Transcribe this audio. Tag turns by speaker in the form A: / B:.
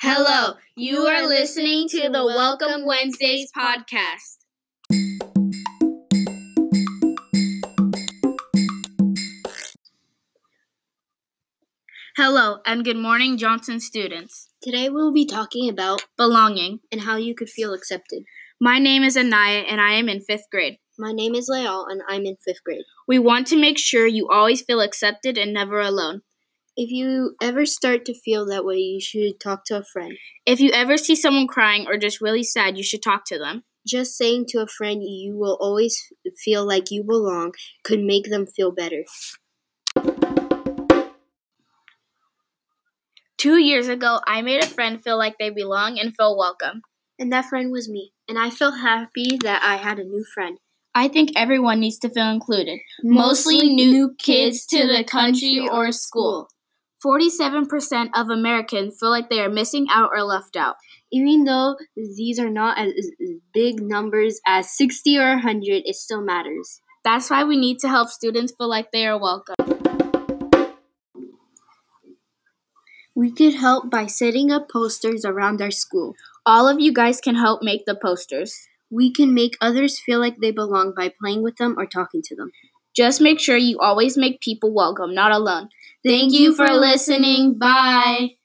A: Hello, you are listening to the Welcome Wednesdays podcast. Hello, and good morning, Johnson students.
B: Today we'll be talking about
A: Belonging.
B: and how you could feel accepted.
A: My name is Anaya, and I am in fifth grade.
B: My name is Leal and I'm in 5th grade.
A: We want to make sure you always feel accepted and never alone.
B: If you ever start to feel that way, you should talk to a friend.
A: If you ever see someone crying or just really sad, you should talk to them.
B: Just saying to a friend you will always feel like you belong could make them feel better.
A: Two years ago, I made a friend feel like they belong and feel welcome.
B: And that friend was me, and I felt happy that I had a new friend.
A: I think everyone needs to feel included. mostly new kids to the country or school. 47% of Americans feel like they are missing out or left out.
B: Even though these are not as big numbers as 60 or 100, it still matters.
A: That's why we need to help students feel like they are welcome.
B: We could help by setting up posters around our school.
A: All of you guys can help make the posters.
B: We can make others feel like they belong by playing with them or talking to them.
A: Just make sure you always make people welcome, not alone. Thank you for listening. Bye.